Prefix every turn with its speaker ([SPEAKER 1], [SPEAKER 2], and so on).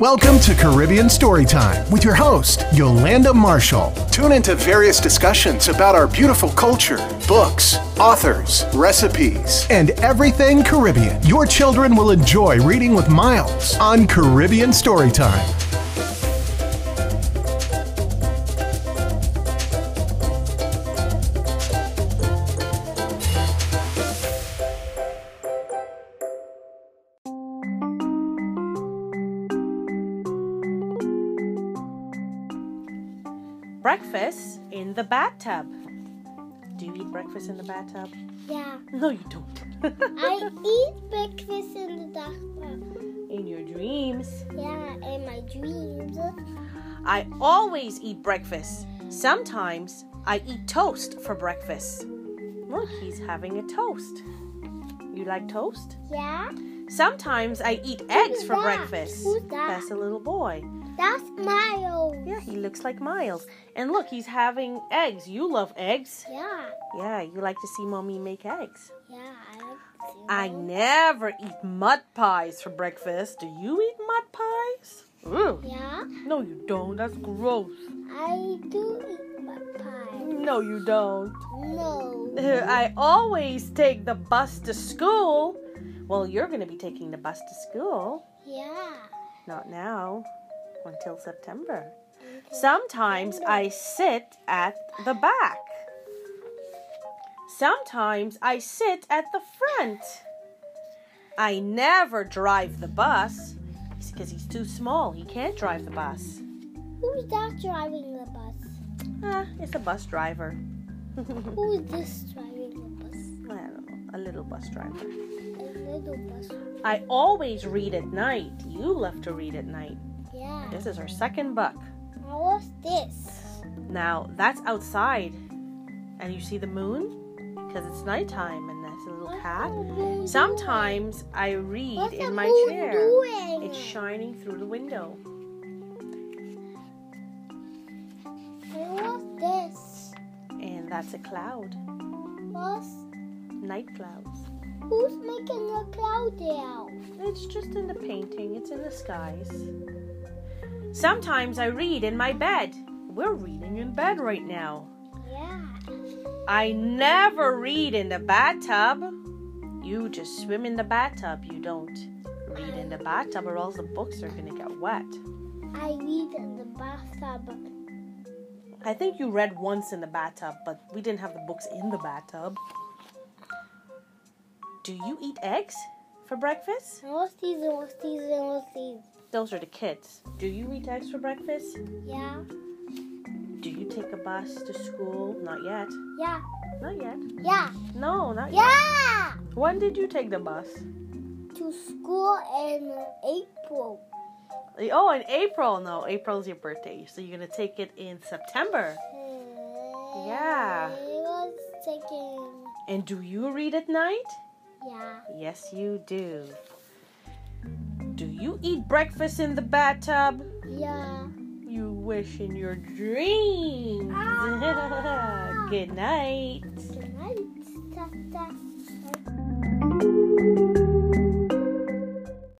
[SPEAKER 1] Welcome to Caribbean Storytime with your host, Yolanda Marshall. Tune into various discussions about our beautiful culture, books, authors, recipes, and everything Caribbean. Your children will enjoy reading with Miles on Caribbean Storytime.
[SPEAKER 2] Breakfast in the bathtub. Do you eat breakfast in the bathtub?
[SPEAKER 3] Yeah,
[SPEAKER 2] No, you don't.
[SPEAKER 3] I eat breakfast in the dark.
[SPEAKER 2] in your dreams.
[SPEAKER 3] Yeah, in my dreams.
[SPEAKER 2] I always eat breakfast. Sometimes I eat toast for breakfast. Look, he's having a toast. You like toast?
[SPEAKER 3] Yeah,
[SPEAKER 2] Sometimes I eat eggs for
[SPEAKER 3] that?
[SPEAKER 2] breakfast.
[SPEAKER 3] Who's that?
[SPEAKER 2] That's a little boy.
[SPEAKER 3] that's Miles.
[SPEAKER 2] Yeah, he looks like Miles. And look, he's having eggs. You love eggs.
[SPEAKER 3] Yeah,
[SPEAKER 2] Yeah, you like to see mommy make eggs.
[SPEAKER 3] yeah, I like to.
[SPEAKER 2] I never eat mud pies for breakfast. Do you eat mud pies? Ew.
[SPEAKER 3] Yeah,
[SPEAKER 2] No, you don't. That's gross.
[SPEAKER 3] I do eat my pie.
[SPEAKER 2] No, you don't.
[SPEAKER 3] No.
[SPEAKER 2] I always take the bus to school. Well, you're going to be taking the bus to school.
[SPEAKER 3] Yeah.
[SPEAKER 2] Not now, until September. Sometimes I sit at the back. Sometimes I sit at the front. I never drive the bus because he's too small. He can't drive the bus.
[SPEAKER 3] Who's that driving the bus?
[SPEAKER 2] Ah, it's a bus driver. I
[SPEAKER 3] Who is this driving the bus?
[SPEAKER 2] don't know, a little bus driver.
[SPEAKER 3] A little bus.
[SPEAKER 2] I always read at night. You love to read at night.
[SPEAKER 3] Yeah.
[SPEAKER 2] This is our second book.
[SPEAKER 3] How was this?
[SPEAKER 2] Now that's outside, and you see the moon because it's nighttime, and that's a little cat. Sometimes I read
[SPEAKER 3] What's the
[SPEAKER 2] in my
[SPEAKER 3] moon
[SPEAKER 2] chair.
[SPEAKER 3] doing?
[SPEAKER 2] It's shining through the window.
[SPEAKER 3] How was this?
[SPEAKER 2] And that's a cloud.
[SPEAKER 3] What's
[SPEAKER 2] Night clouds.
[SPEAKER 3] Who's making a cloud out?
[SPEAKER 2] It's just in the painting, it's in the skies. Sometimes I read in my bed. We're reading in bed right now.
[SPEAKER 3] Yeah.
[SPEAKER 2] I never read in the bathtub. You just swim in the bathtub. You don't read in the bathtub, or else the books are gonna get wet.
[SPEAKER 3] I read in the bathtub.
[SPEAKER 2] I think you read once in the bathtub, but we didn't have the books in the bathtub. Do you eat eggs for breakfast?
[SPEAKER 3] All season, all season, all season.
[SPEAKER 2] Those are the kids. Do you eat eggs for breakfast?
[SPEAKER 3] Yeah.
[SPEAKER 2] Do you take a bus to school? Not yet.
[SPEAKER 3] Yeah.
[SPEAKER 2] Not yet.
[SPEAKER 3] Yeah.
[SPEAKER 2] No, not yet.
[SPEAKER 3] Yeah.
[SPEAKER 2] When did you take the bus?
[SPEAKER 3] To school in April.
[SPEAKER 2] Oh, in April. No, April's your birthday, so you're gonna take it in September. Yeah.
[SPEAKER 3] I was taking.
[SPEAKER 2] And do you read at night?
[SPEAKER 3] Yeah.
[SPEAKER 2] Yes, you do. Do you eat breakfast in the bathtub?
[SPEAKER 3] Yeah.
[SPEAKER 2] You wish in your dreams.
[SPEAKER 3] Ah.
[SPEAKER 2] Good night.
[SPEAKER 3] Good night. Ta- ta-